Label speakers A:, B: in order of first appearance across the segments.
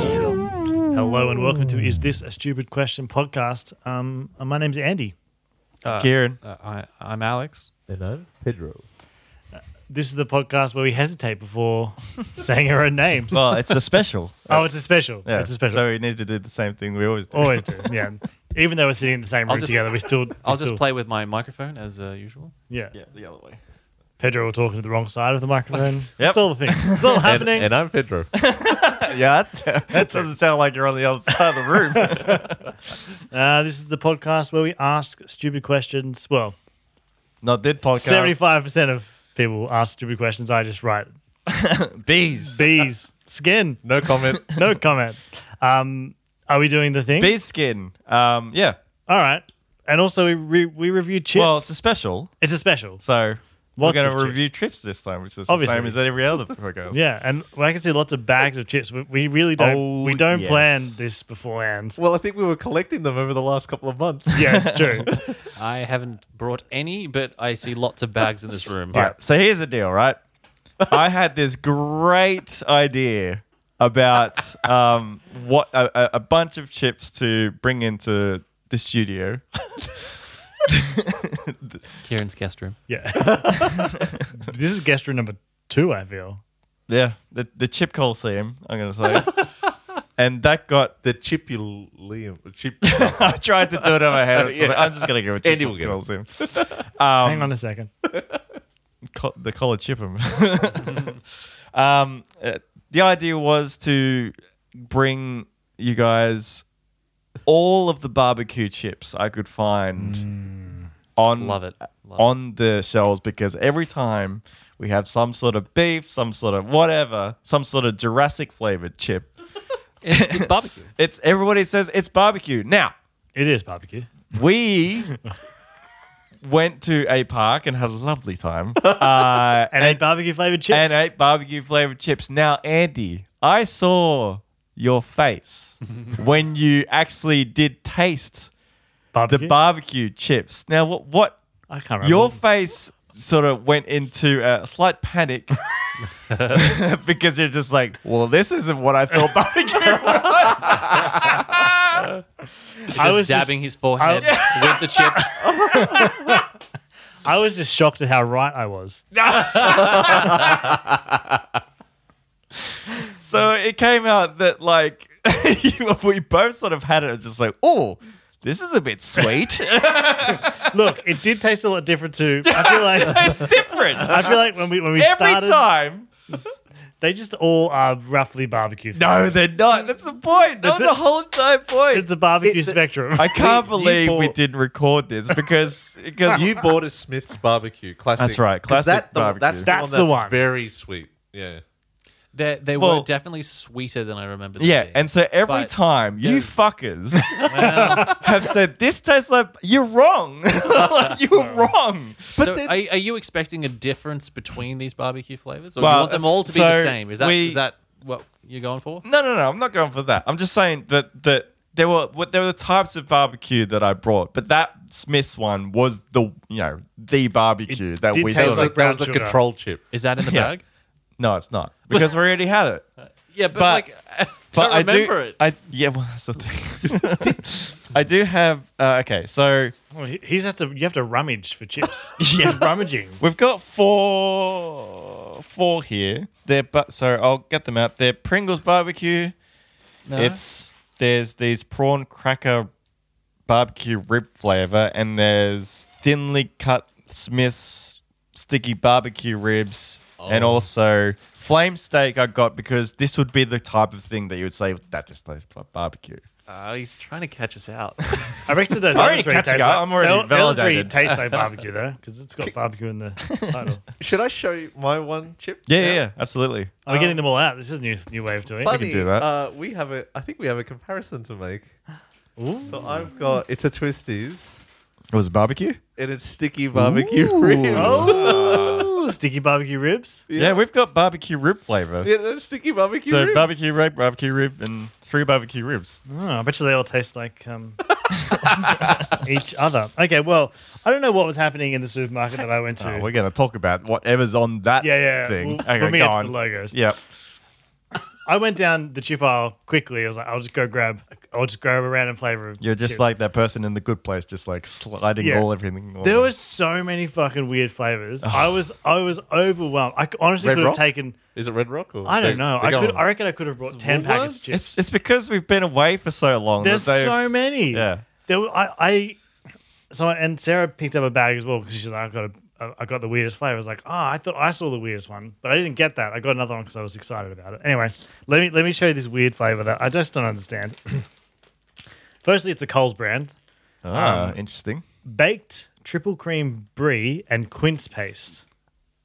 A: Hello and welcome to Is This a Stupid Question podcast. Um, uh, my name's Andy.
B: Uh,
C: Kieran.
B: uh, I, I'm Alex.
D: And I'm Pedro.
A: This is the podcast where we hesitate before saying our own names.
C: Well, it's a special.
A: oh, it's a special.
C: yeah.
A: It's a special.
C: So we need to do the same thing we always do.
A: Always do. Yeah. Even though we're sitting in the same
B: I'll
A: room
B: just-
A: together, we still. we
B: I'll just
A: still-
B: play with my microphone as uh, usual.
A: Yeah.
C: Yeah, the other way.
A: Pedro will talking to the wrong side of the microphone. That's all the things. It's all
D: And,
A: happening.
D: and I'm Pedro.
C: Yeah, that's, that doesn't sound like you're on the other side of the room.
A: uh, this is the podcast where we ask stupid questions. Well,
C: Not that podcast.
A: seventy-five percent of people ask stupid questions. I just write
C: bees.
A: bees, skin.
D: No comment.
A: No comment. Um, are we doing the thing?
C: Bee skin. Um, yeah.
A: All right. And also, we re- we reviewed chips.
C: Well, it's a special,
A: it's a special.
C: so
A: Lots of
C: we're going
A: chips.
C: to review trips this time, which is
A: Obviously.
C: the same as every other podcast.
A: Yeah, and well, I can see lots of bags of chips. We, we really don't.
C: Oh,
A: we don't
C: yes.
A: plan this beforehand.
D: well, I think we were collecting them over the last couple of months.
A: Yeah, it's true.
B: I haven't brought any, but I see lots of bags in this room.
C: All right, so here's the deal, right? I had this great idea about um, what a, a- a bunch of chips to bring into the studio.
B: Kieran's guest room.
A: yeah. this is guest room number two. I feel.
C: Yeah, the, the chip coliseum. I'm gonna say, and that got.
D: The chipulium. Chip.
C: I tried to do it in my head. I was just like, I'm just gonna give it.
D: Andy will get it.
C: coliseum.
D: Um,
A: Hang on a second.
C: Co- the collar chip'em. um, uh, the idea was to bring you guys all of the barbecue chips I could find
D: Mm.
C: on
B: Love it. Love
C: on the shelves because every time we have some sort of beef, some sort of whatever, some sort of Jurassic flavored chip.
B: it. It's, it's barbecue.
C: It's everybody says it's barbecue. Now,
A: It is barbecue.
C: we went to a park and had a lovely time uh,
A: And, ate barbecue flavored chips.
C: and ate barbecue flavored chips. Now, Andy, I saw your face when you actually did taste the
A: barbecue.
C: barbecue chips. Now, what, what
A: I can't remember.
C: your face sort of went into a slight panic. because you're just like, well, this isn't what I thought barbecue
A: I
B: Just
A: was just-
B: dabbing his forehead with the chips.
A: I was just shocked at how right I was.
C: So it came out that like we both sort of had it just like, oh, this is a bit sweet.
A: Look, it did taste a lot different too. I feel like
C: it's different
A: I feel like when we when we
C: every
A: started,
C: time.
A: they just all are roughly barbecue.
C: No, they're not. That's the point.
A: That's
C: That's the
A: it.
C: whole entire point.
A: it's a barbecue spectrum.
C: I can't
D: you
C: believe we
D: bought-
C: didn't record this because because
D: you bought a Smith's barbecue classic.
C: That's right,
D: 'Cause
C: classic
D: the-
C: barbecue.
D: That's,
A: That's
D: the,
A: the
D: one
A: one.
D: Very sweet. Yeah.
B: They, they
C: Well-
B: were definitely sweeter than I remember. them
C: yeah,
B: being.
C: and so every
B: But-
C: time you fuckers
B: uh,
C: have said this tastes like you're wrong. Like, you're wrong. But
B: so are,
C: that's-
B: are you expecting a difference between these barbecue flavors, or
C: Well,
B: you want them all to be
C: so
B: the same? Is that is
C: we-
B: that what you're going for?
C: No, no, no. I'm not going for that. I'm just saying that that there were what there were types of barbecue that I brought, but that Smith's one was the you know the barbecue that
A: did
C: we
A: taste
C: sort
D: That
A: like
C: of,
D: was, like, that was
A: brown
D: the
A: sugar.
D: control chip.
B: Is that in the bag?
C: no, it's not because we already had it.
B: Yeah, but,
C: But-
B: like, I don't
C: I do-
B: remember it.
C: I yeah, well that's the thing. I do have uh, okay, so
A: Well, he- he's has to. You have to rummage for chips. yeah, rummaging.
C: we've got four four here. They're but so I'll get them out. They're Pringles barbecue.
B: No?
C: It's there's these prawn cracker barbecue rib flavor, and there's thinly cut Smith's sticky barbecue ribs, and also flame steak. I got because this would be the type of thing that you would say that just tastes like barbecue.
B: Oh, he's trying to catch us out.
A: I reckon those other
C: I already
A: three
C: catch
A: taste
C: a guy.
A: like,
C: I'm already
A: the other- the other three
C: validated.
A: taste like barbecue though, because it's got barbecue in the title.
D: Should I show you my one chip?
C: Yeah, yeah, yeah absolutely.
A: I'm getting them all out. This is a new new wave to
D: Funny,
A: it.
C: do that.
D: Uh, we have a. I think we have a comparison to make.
A: Ooh.
D: So I've got. It's a Twisties.
C: It was barbecue.
D: And it's sticky barbecue ribs.
A: Oh, sticky barbecue ribs.
C: Yeah. we've got barbecue rib flavor.
D: Yeah, that's sticky barbecue
C: so
D: ribs.
C: barbecue rib, barbecue rib, and three barbecue ribs.
A: Oh, I bet you they all taste like um, each other. Okay, well, I don't know what was happening in the supermarket that I went to.
C: Oh, we're gonna talk about whatever's on that
A: yeah, yeah.
C: thing.
A: We'll,
C: okay,
A: when we
C: go
A: get to
C: on.
A: the logos.
C: Yep.
A: I went down the chip aisle quickly. I was like, I'll just go grab, I'll just grab a random flavor of.
C: You're just
A: chip.
C: like that person in the good place, just like sliding
A: Yeah.
C: all everything. all
A: There
C: over.
A: was so many fucking weird flavors. I was I was overwhelmed. I c- honestly
D: Red
A: could have
D: Rock?
A: taken.
D: Is it Red Rock or
A: I
D: they-
A: don't know.
D: they're
A: I could.
D: gone.
A: I reckon I could have brought ten packets
B: Woolworths?
A: of chips.
C: It's it's because we've been away for so long. that
A: There's
C: they've-
A: so many.
C: Yeah.
A: There, were- I, I, so and Sarah picked up a bag as well because she's like, I got a, I got the weirdest flavor. I was like, oh, I thought I saw the weirdest one, but I didn't get that. I got another one because I was excited about it. Anyway, let me let me show you this weird flavor that I just don't understand. Firstly, it's a Coles brand
C: ah, interesting.
A: baked triple cream brie and quince paste.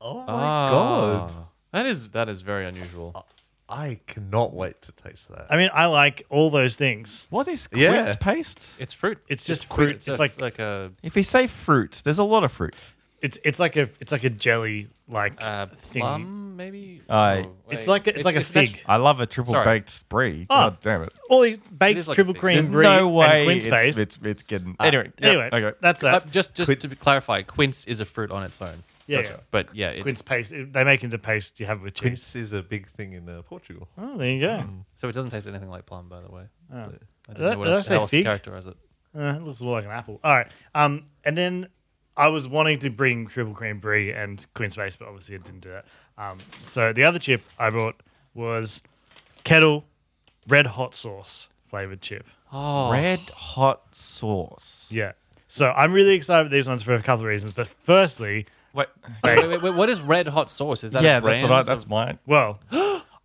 D: Oh my
B: Ah,
D: god!
B: That is that is very unusual.
D: I cannot wait to taste that.
A: I mean, I like all those things.
C: What is quince
D: Yeah.
C: paste?
B: It's fruit.
A: It's just fruit. It's,
B: a-
A: like,
B: like a
C: If we say fruit, there's a lot of fruit.
A: it's it's like a it's like a jelly like
B: uh,
A: thing.
B: plum, maybe. Oh,
C: Aye.
A: It's like a- it's like a
B: veg-
A: fig.
C: I love a triple
B: Sorry.
C: baked brie.
A: Ah.
C: God damn it.
A: All these
B: It
A: baked
B: is like a
A: triple
B: fig.
A: cream
C: There's
A: brie
C: no
A: and
C: way
A: quince
C: it's,
A: paste. Ah,
C: it's, it's getting. anyway, yeah,
A: anyway,
C: okay.
A: that's
B: Uh,
A: that.
B: just just to clarify, quince is a fruit on its own.
A: Yeah,
B: That's
A: yeah.
B: right. But yeah, it,
A: quince paste. It- They make into paste. You have it with cheese.
D: Quince is a big thing in uh, Portugal.
A: Oh, there you go.
B: so it doesn't taste anything like plum, by the way. I
A: Oh. Did I-
B: don't know what
A: did I
B: else,
A: say
B: how else to
A: fig?
B: characterize it.
A: Uh, it looks more like an apple. All right. Um, and then I was wanting to bring triple cream brie and quince paste, but obviously I didn't do that. Um, so the other chip I brought was kettle red hot sauce flavored chip.
B: Oh,
C: Red hot sauce.
A: Yeah. So I'm really excited about these ones for a couple of reasons. But firstly,
C: Wait.
B: wait, wait, wait, what is red hot sauce? Is that
C: Yeah,
B: a
C: that's
B: brand?
C: what I, that's mine.
A: well,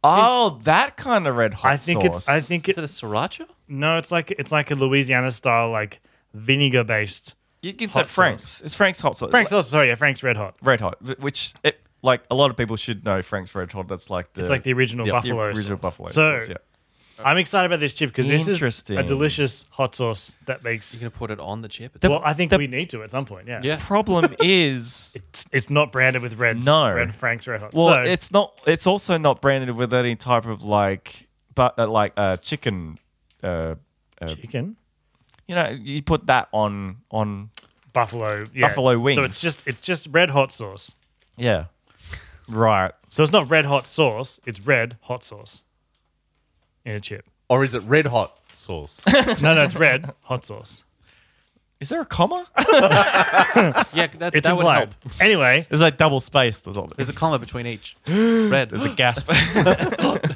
C: Oh, that kind of red hot
A: I think
C: sauce.
A: it's I think
B: Is
A: it,
B: it a sriracha?
A: no, it's like it's like a Louisiana style like vinegar based.
C: you can
A: hot
C: say
A: sauce.
C: Frank's. It's Frank's hot sauce.
A: Frank's also sorry, yeah, Frank's red hot.
C: red hot, th- which it, like a lot of people should know Frank's red hot. That's like the
A: It's like the original
C: yeah,
A: buffalo.
C: the original
A: sauce.
C: buffalo
A: So
C: sauce. Yeah.
A: I'm excited about this chip because this is a
C: Interesting.
A: delicious hot sauce that makes.
B: You're gonna put it on the chip. It's
A: well, I think we need to at some point. Yeah.
B: Yeah.
C: Problem is,
A: It's, it's not branded with Reds.
C: No.
A: Red Frank's red hot.
C: well,
A: so,
C: it's not. It's also not branded with any type of like, but uh, like uh, chicken. Uh,
A: chicken
C: you know, you put that on on
A: buffalo yeah.
C: Buffalo
A: So
C: wings.
A: it's just it's just red hot sauce.
C: yeah, right.
A: So it's not red hot sauce. It's red hot sauce in a chip.
D: Or is it red hot sauce?
A: No, no, it's red hot sauce.
C: Is there a comma?
B: yeah, that,
A: It's
B: that would help.
A: implied. Anyway,
C: There's like double spaced or something.
B: There's a comma between each. Red.
C: There's a gasp.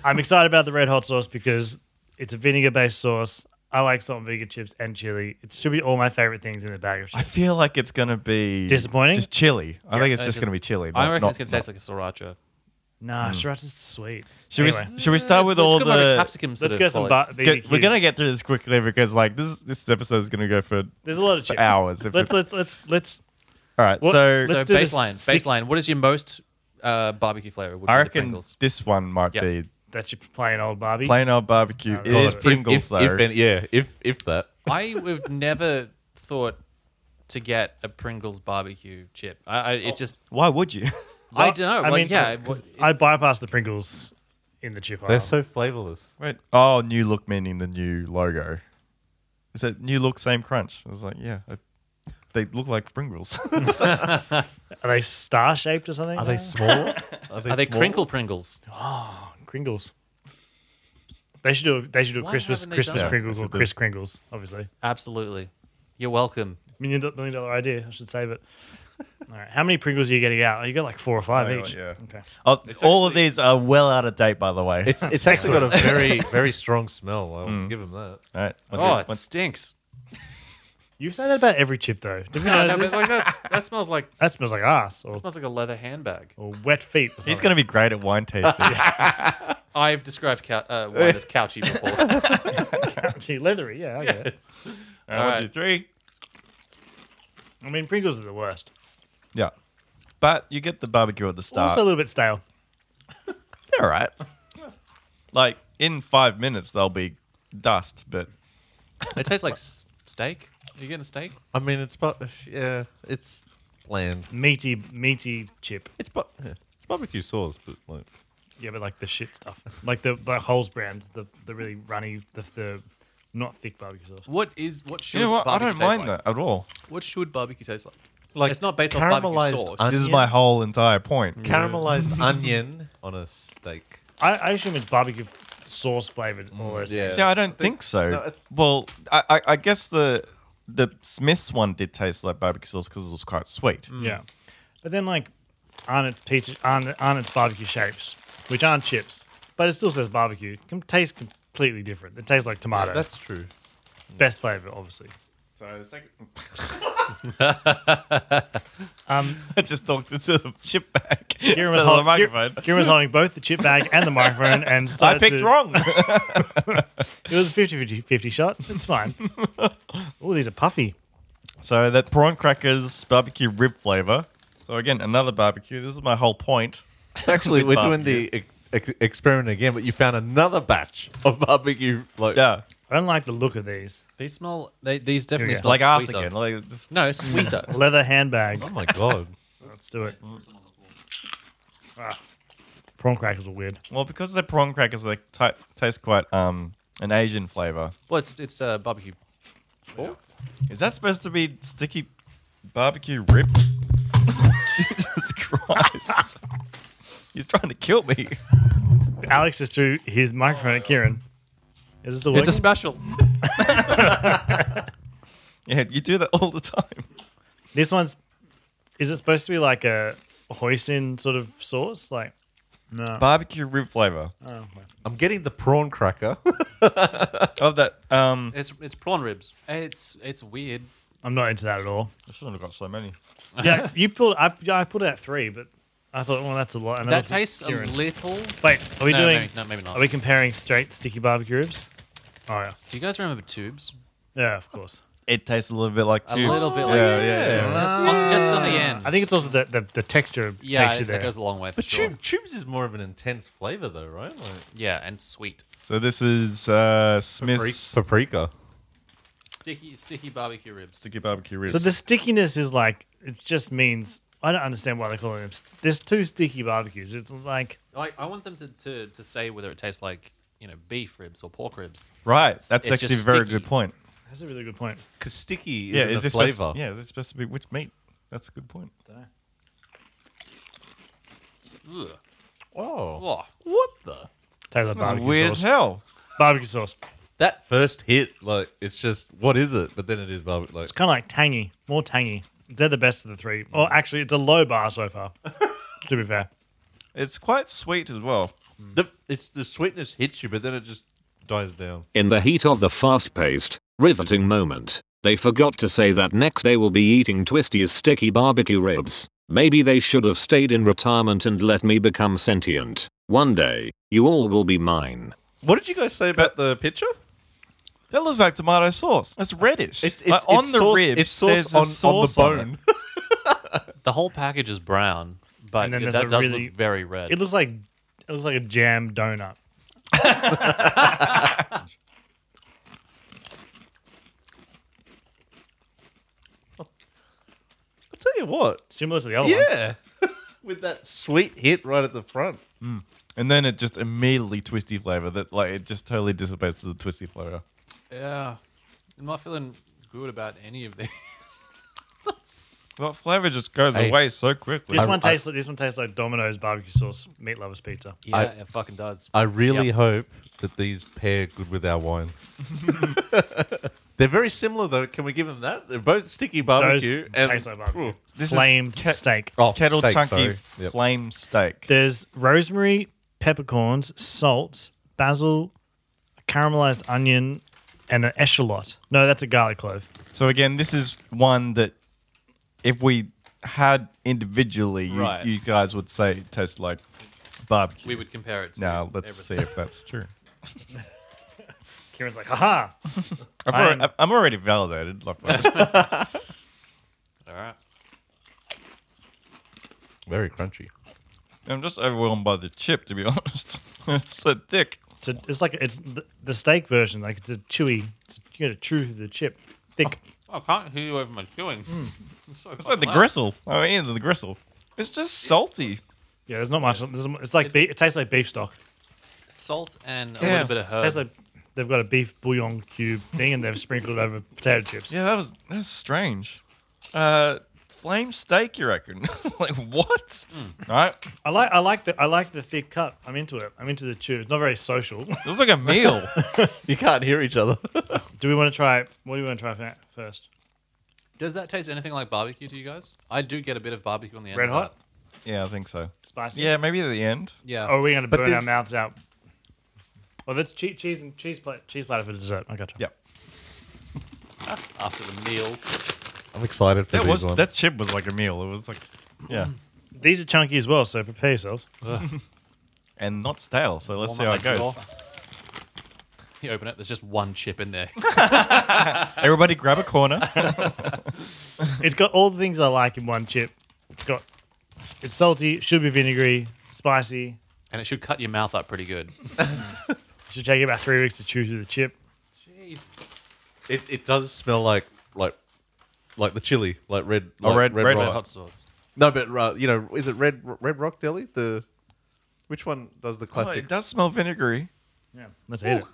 A: I'm excited about the red hot sauce because it's a vinegar based sauce. I like salt and vinegar chips and chili. It should be all my favorite things in a bag of
C: I
A: chips.
C: feel like it's gonna be
A: Disappointing?
C: Just chili. I think it's
B: I
C: just
B: just-
C: gonna be chili.
B: I
C: not-
B: reckon
C: not-
B: it's gonna taste like a sriracha.
A: nah, sriracha's sweet.
C: Mm. Should
A: Anyway,
C: we should we start
B: It's-
C: with
B: it's
C: all
B: got more of a
C: the
B: capsicum sort
A: let's
B: of
A: go some
B: quality.
A: bar-
C: Good.
A: BBQs.
C: We're gonna get through this quickly because like this this episode is gonna go for
A: There's a lot of chips.
C: hours. If
A: Let's
C: we-
A: let's let's let's.
C: all right,
A: Well,
C: so
A: let's-
B: so
A: do this
B: baseline,
A: stick-
B: baseline. What is your most uh, barbecue flavor? Would
C: I
B: be the
C: reckon
B: Pringles.
C: this one might
B: Yep.
C: be
A: That's your plain old Barbie.
C: plain old barbecue.
A: I
C: it is
A: love it.
C: Pringles
D: if,
C: though.
D: If any, yeah, if if that.
B: I would never thought to get a Pringles barbecue chip. I, I it just
C: Why would you?
B: I don't know.
A: I
B: like,
A: mean,
B: yeah, it- what- it-
A: I bypassed the Pringles in the chip aisle.
D: They're so flavorless.
C: Wait. Oh, new look meaning the new logo. Is it new look same crunch? I was like, yeah, I- they look like Pringles.
A: Are they star shaped or something?
D: Are they small? Are they,
B: are they
D: small?
B: crinkle Pringles?
A: Kringles? They should do. a- They should do a
B: Why
A: Christmas
B: haven't they
A: Christmas
B: done that?
A: Pringle called
C: That's a
A: Chris Kringles. Obviously,
B: Absolutely. You're welcome.
A: million do- million dollar idea. I should save it. All right, how many Pringles are you getting out? You got like four or five
C: Oh,
A: each.
C: yeah.
A: Okay.
C: Oh, all of these are well out of date, by the way.
D: It's it's actually got a very very strong smell. I'll give them that.
C: all right. one, two,
B: Oh, it
C: one-
B: stinks.
A: You say that about every chip though. Did we
B: Yeah,
A: notice
B: no, but it's
A: this?
B: like that's, that smells like
A: That smells like ass or,
B: smells like a leather handbag.
A: or wet feet. Or
C: he's gonna be great at wine tasting.
B: I've described cou- uh, wine as couchy before.
A: be leathery. Yeah, I get it.
C: All right, one,
B: right.
C: two, three.
A: I mean, Pringles are the worst.
C: Yeah. But you get the barbecue at the start.
A: Also a little bit stale.
C: They're all right. Like in five minutes, they'll be dust. But
B: it tastes like s- steak. You getting a steak?
D: I mean, it's but yeah, it's bland.
A: Meaty, meaty chip.
D: It's but yeah, it's barbecue sauce, but like
A: Yeah, but like the shit stuff, like the the Holes brand, the the really runny, the the not thick barbecue sauce.
B: What is what should
C: you know what? I
B: barbecue
C: don't
B: taste
C: mind
B: like?
C: that at all.
B: What should barbecue taste like?
D: Like
B: it's not based on barbecue
D: caramelized
B: sauce.
D: onion.
C: This is my whole entire point.
D: caramelized onion on a steak.
A: I, I assume it's barbecue f- sauce flavored. All those
B: yeah.
A: things.
C: See, I don't think so. well, I, I, I guess the the Smith's one did taste like barbecue sauce because it was quite sweet.
A: Yeah. But then like Arnott's pizza Arnott, Arnott's barbecue shapes, which aren't chips, but it still says barbecue. Can taste completely different. It tastes like tomato.
D: That's true.
A: best flavor, obviously.
C: So the second,
A: Um
C: I just talked into the chip bag.
A: Kieran
C: Kieran
A: was,
C: the
A: hold-
C: microphone.
A: Kieran was holding both the chip bag and the microphone and
C: I
A: started
C: picked
A: to-
C: wrong.
A: It was a 50 50 shot. It's fine. oh, these are puffy.
C: so that prawn crackers barbecue rib flavor. So again, another barbecue. This is my whole point.
D: Actually, we're
C: With
D: doing the ex- ex- experiment again, but you found another batch of barbecue. Like,
C: Yeah,
A: I don't like the look of these.
B: These smell. They, these definitely
A: go.
B: smell
C: like ass
B: sweeter.
C: again. Like this,
B: No, sweeter.
A: Leather handbag.
D: Oh my god.
A: Let's do it. Ah. Prawn crackers are weird.
C: well, because they're prawn crackers, they t- taste quite um an Asian flavor.
B: well, it's it's uh, barbecue.
A: Oh.
C: Is that supposed to be sticky barbecue rib? Jesus Christ. He's trying to kill me.
A: Alex is through his microphone at Kieran. Is this the
B: It's a special.
C: Yeah, you do that all the time.
A: This one's is it supposed to be like a hoisin sort of sauce? Like no.
C: Barbecue rib flavor
A: oh,
D: I'm getting the prawn cracker.
C: of that. Um,
B: It's it's prawn ribs. It's it's weird.
A: I'm not into that at all.
C: I shouldn't have got so many.
A: Yeah, you pulled I yeah, I pulled out three, but I thought, well that's a lot. And
B: That
A: that's
B: tastes a
A: Kieran.
B: little.
A: Wait, are we
B: no,
A: doing
B: maybe, no, maybe not.
A: are we comparing straight sticky barbecue ribs? Oh yeah.
B: Do you guys remember tubes?
A: Yeah, of course.
C: It tastes a little bit like
B: A
C: tubes.
B: little bit like
C: yeah,
B: tubes.
C: yeah, yeah.
B: Just, on, just on the end.
A: I think it's also the, the, the texture
B: yeah,
A: takes you
B: it-
A: there.
B: that goes a long way for
D: But
B: sure.
D: tube, tubes is more of an intense flavor, though, right? Like
B: Yeah, and sweet.
C: So this is uh, Smith's
D: paprika.
B: Sticky sticky barbecue ribs.
C: sticky barbecue ribs.
A: so the stickiness is like it just means I don't understand why they're calling them. st- There's two sticky barbecues. It's like
B: I, I want them to, to, to say whether it tastes like, you know, beef ribs or pork ribs.
C: right. That's
B: it's
C: actually a
B: just
C: very
B: sticky.
C: good point.
A: that's a really good point.
D: Because sticky is
C: Yeah,
D: in
C: is
D: the
C: this
D: flavor.
C: Supposed, yeah, is it supposed to be which meat? That's a good point.
B: Ugh.
D: Oh.
B: Whoa.
D: What the?
A: Tastes like barbecue
C: Weird as
A: sauce.
C: hell.
A: Barbecue sauce.
D: That first hit, like, it's just, what is it? But then it is barbecue. Like,
A: It's kind of like tangy, more tangy. They're the best of the three. Or actually, it's a low bar so far. to be fair,
C: It's quite sweet as well.
D: the, it's the sweetness hits you, but then it just dies down.
E: In the heat of the fast paced, riveting moment, they forgot to say that next they will be eating Twisty's sticky barbecue ribs. Maybe they should have stayed in retirement and let me become sentient. One day, you all will be mine.
D: What did you guys say about the picture?
C: That looks like tomato sauce. It's reddish.
D: It's-
C: Like,
D: it's-
C: on
D: it's
C: the
D: sauce-
C: ribs.
D: it's sauce
C: there's a
D: on- on the
C: sauce on
D: bone.
C: it.
B: The whole package is brown, but
A: And then there's a
B: that does
A: really-
B: look very red.
A: it looks like it looks like a jam donut.
D: I'll tell you what.
A: Similar to the other one.
D: Yeah. With that sweet hit right at the front.
C: and then it just immediately twisty flavor. That like it just totally dissipates to the twisty flavor.
B: yeah. I'm not feeling good about any of these.
C: That flavor just goes
B: Hey.
C: away so quickly.
A: This one tastes like this one tastes like Domino's barbecue sauce meat lovers pizza.
B: Yeah,
D: I-
B: it fucking does.
D: I really hope that these pair good with our wine. They're very similar, though. Can we give them that? They're both sticky
A: Those
D: barbecue. and-
A: taste like barbecue.
D: Ooh.
C: This is
A: Flamed
C: ca-
A: steak.
D: Oh,
C: kettle
D: steak,
C: chunky
D: sorry. Yep.
C: flame steak.
A: There's rosemary, peppercorns, salt, basil, caramelized onion, and an echelot. No, that's a garlic clove.
C: So again, this is one that if we had individually, you,
B: Right.
C: you guys would say it tastes like barbecue.
B: we would compare it to
C: now let's
B: everything.
C: see if that's true.
A: Kieran's like, haha.
C: I've
A: I
C: alre-
A: am-
C: I'm, already validated. Like,
B: All right.
D: Very crunchy.
C: I'm just overwhelmed by the chip, to be honest. it's so thick.
A: It's, a, it's like it's the, the steak version. Like it's a chewy. It's, you get a chew through the chip, thick.
B: Oh, I can't hear you over my chewing. It's, so
C: Hmm. It's like
B: fucking
C: the
B: loud.
C: gristle. I mean, the gristle. It's just salty.
A: Yeah, there's not much. There's, it's like
B: It's-
A: be- it tastes like beef stock.
B: Salt and a
C: Yeah.
B: little bit of
A: It
B: herb.
A: tastes like they've got a beef bouillon cube thing and they've sprinkled it over potato chips.
C: Yeah, that was that's strange. Uh, flame steak, you reckon? like what?
A: Hmm.
C: Right?
A: I like I like the I like the thick cut. I'm into it. I'm into the chew. It's not very social.
C: It was like a meal.
D: You can't hear each other.
A: do we want to try? What do you want to try fa- first?
B: Does that taste anything like barbecue to you guys? I do get a bit of barbecue on the end.
A: Red
B: of
A: hot,
B: that.
C: yeah, I think so.
A: spicy.
C: Yeah, maybe at the end.
B: Yeah.
A: Or are we going to burn our
D: this-
A: mouths out? Well, that's cheese, cheese and cheese plate, cheese platter for dessert. I gotcha.
C: Yep.
B: After the meal.
D: I'm excited for
C: That
D: these
C: was
D: ones.
C: that chip was like a meal. It was like yeah,
A: These are chunky as well, so prepare yourselves.
C: and not stale. So let's see how
B: Almost
C: it
B: like
C: goes.
B: raw. You open it. There's just one chip in there.
C: Everybody, grab a corner.
A: It's got all the things I like in one chip. It's got it's salty, should be vinegary, spicy.
B: and it should cut your mouth up pretty good.
A: Should take you about three weeks to chew through the chip.
B: Jeez.
D: It, it does smell like like like the chili, like red,
C: Oh,
D: like
C: red- red
D: rock.
B: Hot sauce.
D: No, but uh, you know, is it red red rock deli? The which one does the
C: Oh,
D: classic?
C: it does smell vinegary.
A: Yeah, let's eat it.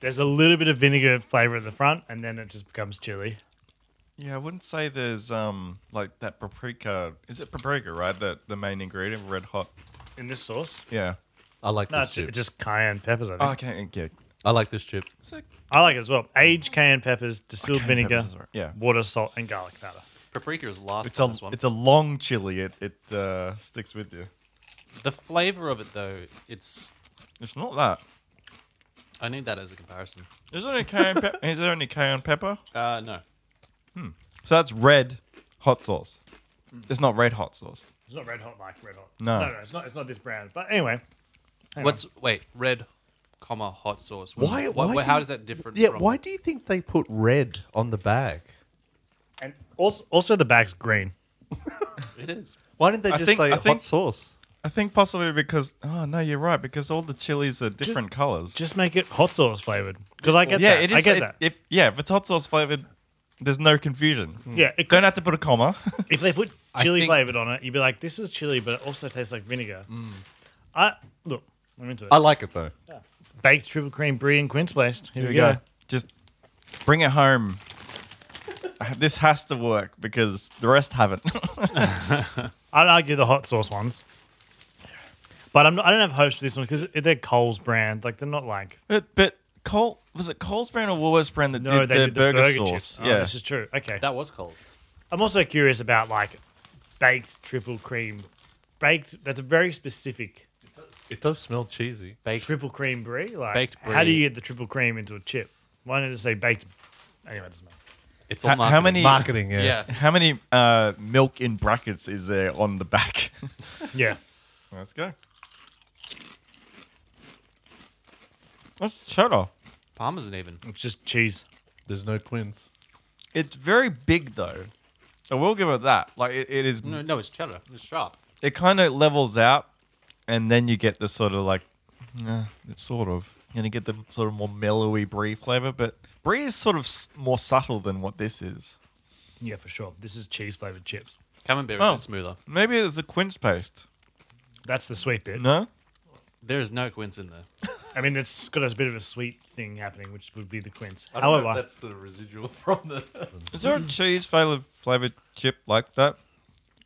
A: There's a little bit of vinegar flavor at the front, and then it just becomes chili.
C: Yeah, I wouldn't say there's um like that paprika. Is it paprika, right? The the main ingredient, of red hot.
A: In this sauce,
C: Yeah.
D: I like
A: no,
D: this
A: it's,
D: chip.
A: it's just cayenne peppers. I think
C: Oh, okay. Yeah.
D: I like this chip.
C: It's like-
A: I like it as well. Aged cayenne peppers, distilled
C: Cayenne
A: vinegar,
C: peppers is right. Yeah.
A: water, salt, and garlic powder.
B: Paprika is last.
C: It's
B: on
C: a
B: this one.
C: it's a long chili. It it uh, sticks with you.
B: the flavor of it though. It's.
C: It's not that.
B: I need that as a comparison.
C: Is there any cayenne pepper? Is there any cayenne pepper?
B: Uh, no.
C: So that's red hot sauce. It's not red hot sauce.
A: It's not red hot like red hot.
C: No.
A: no, no it's not. It's not this brand. But anyway, hang
B: What's wait red, comma hot sauce? What-
D: Why-
B: what-
D: why
B: what-
D: do
B: how
D: you-
B: does that differ?
D: Yeah,
B: from,
D: why do you think they put red on the bag?
A: on. and also also the bag's green.
B: it is?
D: Why didn't they
C: I
D: just
C: think-
D: say
C: I
D: hot
C: think-
D: sauce?
C: I think possibly because oh no, you're right because all the chilies are different colors.
A: Just make it hot sauce flavored because I get
C: yeah,
A: that.
C: it is.
A: I get
C: it-
A: that.
C: If yeah, if it's hot sauce flavored, there's no confusion.
A: Yeah, it
C: don't have to put a comma.
A: if they put chili
B: think-
A: flavored on it, you'd be like, "This is chili, but it also tastes like vinegar."
C: Mm.
A: I look, I'm into it.
D: I like it though.
A: Baked triple cream brie and quince paste. Here,
C: Here
A: we go.
C: Just bring it home. this has to work because the rest haven't.
A: I'd argue the hot sauce ones, but I'm not, I don't have hopes for this one because they're Coles brand. Like they're not like
C: but but Cole was it Cole's brand or Woolworths brand that
A: no,
C: did
A: they
C: the
A: did the
C: burger,
A: burger
C: sauce?
A: chips. Oh,
C: yeah,
A: this is true. Okay,
B: That was cold.
A: I'm also curious about like baked triple cream, baked. That's a very specific
D: It does smell cheesy.
B: Baked.
A: triple cream brie. Like,
B: Baked
A: how do
B: brie.
A: you get the triple cream into a chip? Why not just say baked? Anyway, it doesn't matter.
B: It's
C: H-
B: all
C: how
B: marketing.
C: many
D: Marketing, yeah.
B: Yeah.
C: How many uh, milk in brackets is there on the back?
A: Yeah,
C: Let's go. That's cheddar.
B: Parmesan even.
A: it's just cheese.
D: There's no quins.
C: It's very big though. I will give it that. Like it, it is,
B: No, no, it's cheddar. It's sharp.
C: it kind of levels out, and then you get the sort of like, eh, it's sort of. And you get the sort of more mellowy brie flavor, but brie is sort of s- more subtle than what this is.
A: Yeah, for sure. This is cheese flavored chips.
B: Camembert
C: Oh.
B: is smoother.
C: Maybe it's a quince paste.
A: That's the sweet bit.
C: No,
B: There is no quince in there.
A: I mean, it's got a bit of a sweet thing happening, which would be the quince.
D: I don't know if
A: However,
D: that's the residual from the.
C: is there a cheese flavor flavored chip like that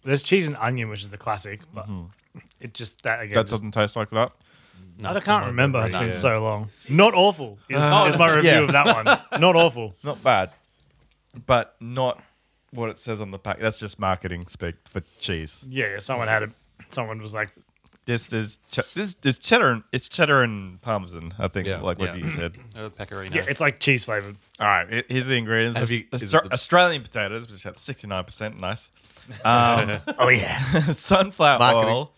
A: there's cheese and onion, which is the classic, but it just that again.
C: that
A: just-
C: doesn't taste like that?
A: I can't remember. It's
B: no.
A: been
B: Yeah.
A: so long. Not awful is, is my review
C: yeah.
A: of that one. Not awful.
C: Not bad, but not what it says on the pack. That's just marketing speak for cheese.
A: Yeah, yeah. Someone had it. Someone was like,
C: This is ch- this this cheddar. And, it's cheddar and parmesan. I think,
D: Yeah.
C: like what
B: Yeah.
C: you said.
B: Uh, pecorino.
A: "Yeah, it's like cheese flavored."
C: All right, he- here's the ingredients.
D: Have you-
C: Aus-
D: is it the-
C: Australian potatoes, which have sixty nine percent. Nice. Um,
A: Oh yeah.
C: sunflower
D: Marketing.
C: oil.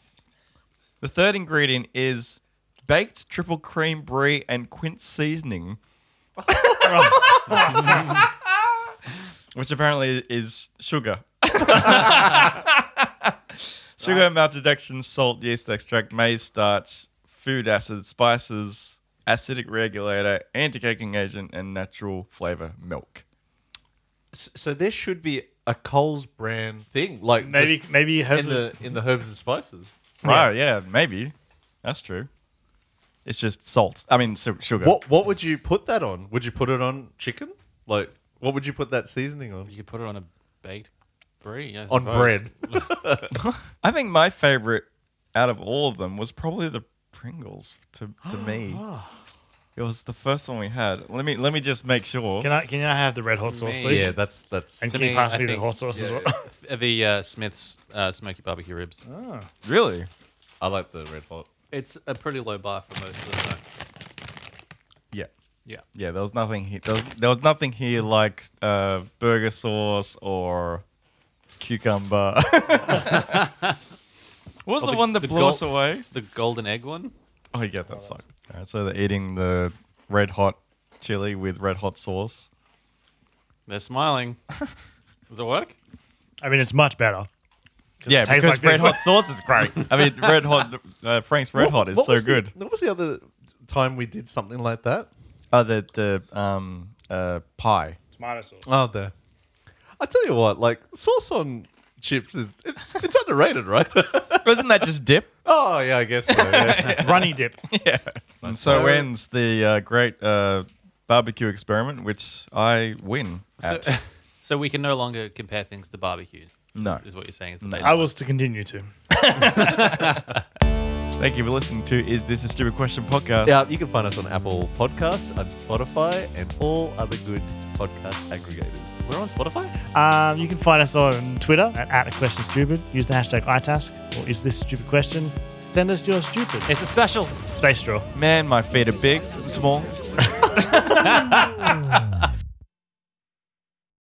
C: The third ingredient is baked triple cream brie and quince seasoning. Which apparently is sugar. sugar, maltodextrin, salt, yeast extract, maize starch, food acid, spices, acidic regulator, anti-caking agent, and natural flavor milk.
D: S- So there should be a Coles brand thing, like
A: Maybe,
D: just
A: maybe
D: in
A: hopefully
D: the in the herbs and spices.
C: Right? yeah, maybe. That's true. It's just salt. I mean, su- sugar.
D: What what would you put that on? Would you put it on chicken? Like What would you put that seasoning on?
B: You could put it on a baked brie. I
D: On
B: suppose.
D: bread.
C: I think my favorite out of all of them was probably the Pringles to, to me. It was the first one we had. Let me let me just make sure.
A: Can I can I have the red hot sauce, please?
D: Yeah, that's that's.
A: And
B: To
A: can you
B: me,
A: pass
B: I
A: me the
B: think-
A: hot sauce as well?
B: Uh, The uh, Smith's uh, smoky barbecue ribs.
C: really?
D: I like the red hot.
B: It's a pretty low bar for most of the time.
C: Yeah.
B: Yeah.
C: Yeah, there was nothing here. There was, there was nothing here like uh, burger sauce or cucumber. what was
B: Oh,
C: the,
B: the-
C: one that
B: the
C: blew
B: gul-
C: us away?
B: The golden egg one.
C: Oh, yeah, that sucked. All right, so they're eating the red hot chili with red hot sauce.
B: They're smiling. Does it work?
A: I mean, it's much better.
C: Yeah,
A: tastes
C: because
A: like this.
C: red hot sauce is great. I mean, red hot uh, Frank's red hot is
D: What
C: so
D: was the-
C: good.
D: what was the other time we did something like that?
C: Oh, the the um uh pie.
A: Tomato sauce.
D: Oh, the. I tell you what, like sauce on chips is it's, it's underrated, right?
C: Wasn't that just dip?
D: oh yeah, I guess so. yes.
A: Runny dip.
C: And so, ends the uh, great uh, barbecue experiment, which I win
B: So,
C: at.
B: so we can no longer compare things to barbecue.
C: no.
B: Is what you're saying? Is the
C: No.
A: I
B: baseline.
A: was to continue to.
C: Thank you for listening to Is This a Stupid Question podcast.
D: Yeah, you can find us on Apple Podcasts, on Spotify, and all other good podcast aggregators.
B: We're on Spotify.
A: Um, you can find us on Twitter at, at a question stupid. Use the hashtag iTask or is this stupid question. Send us your stupid
B: It's a special.
A: space straw.
C: Man, my feet are big, small.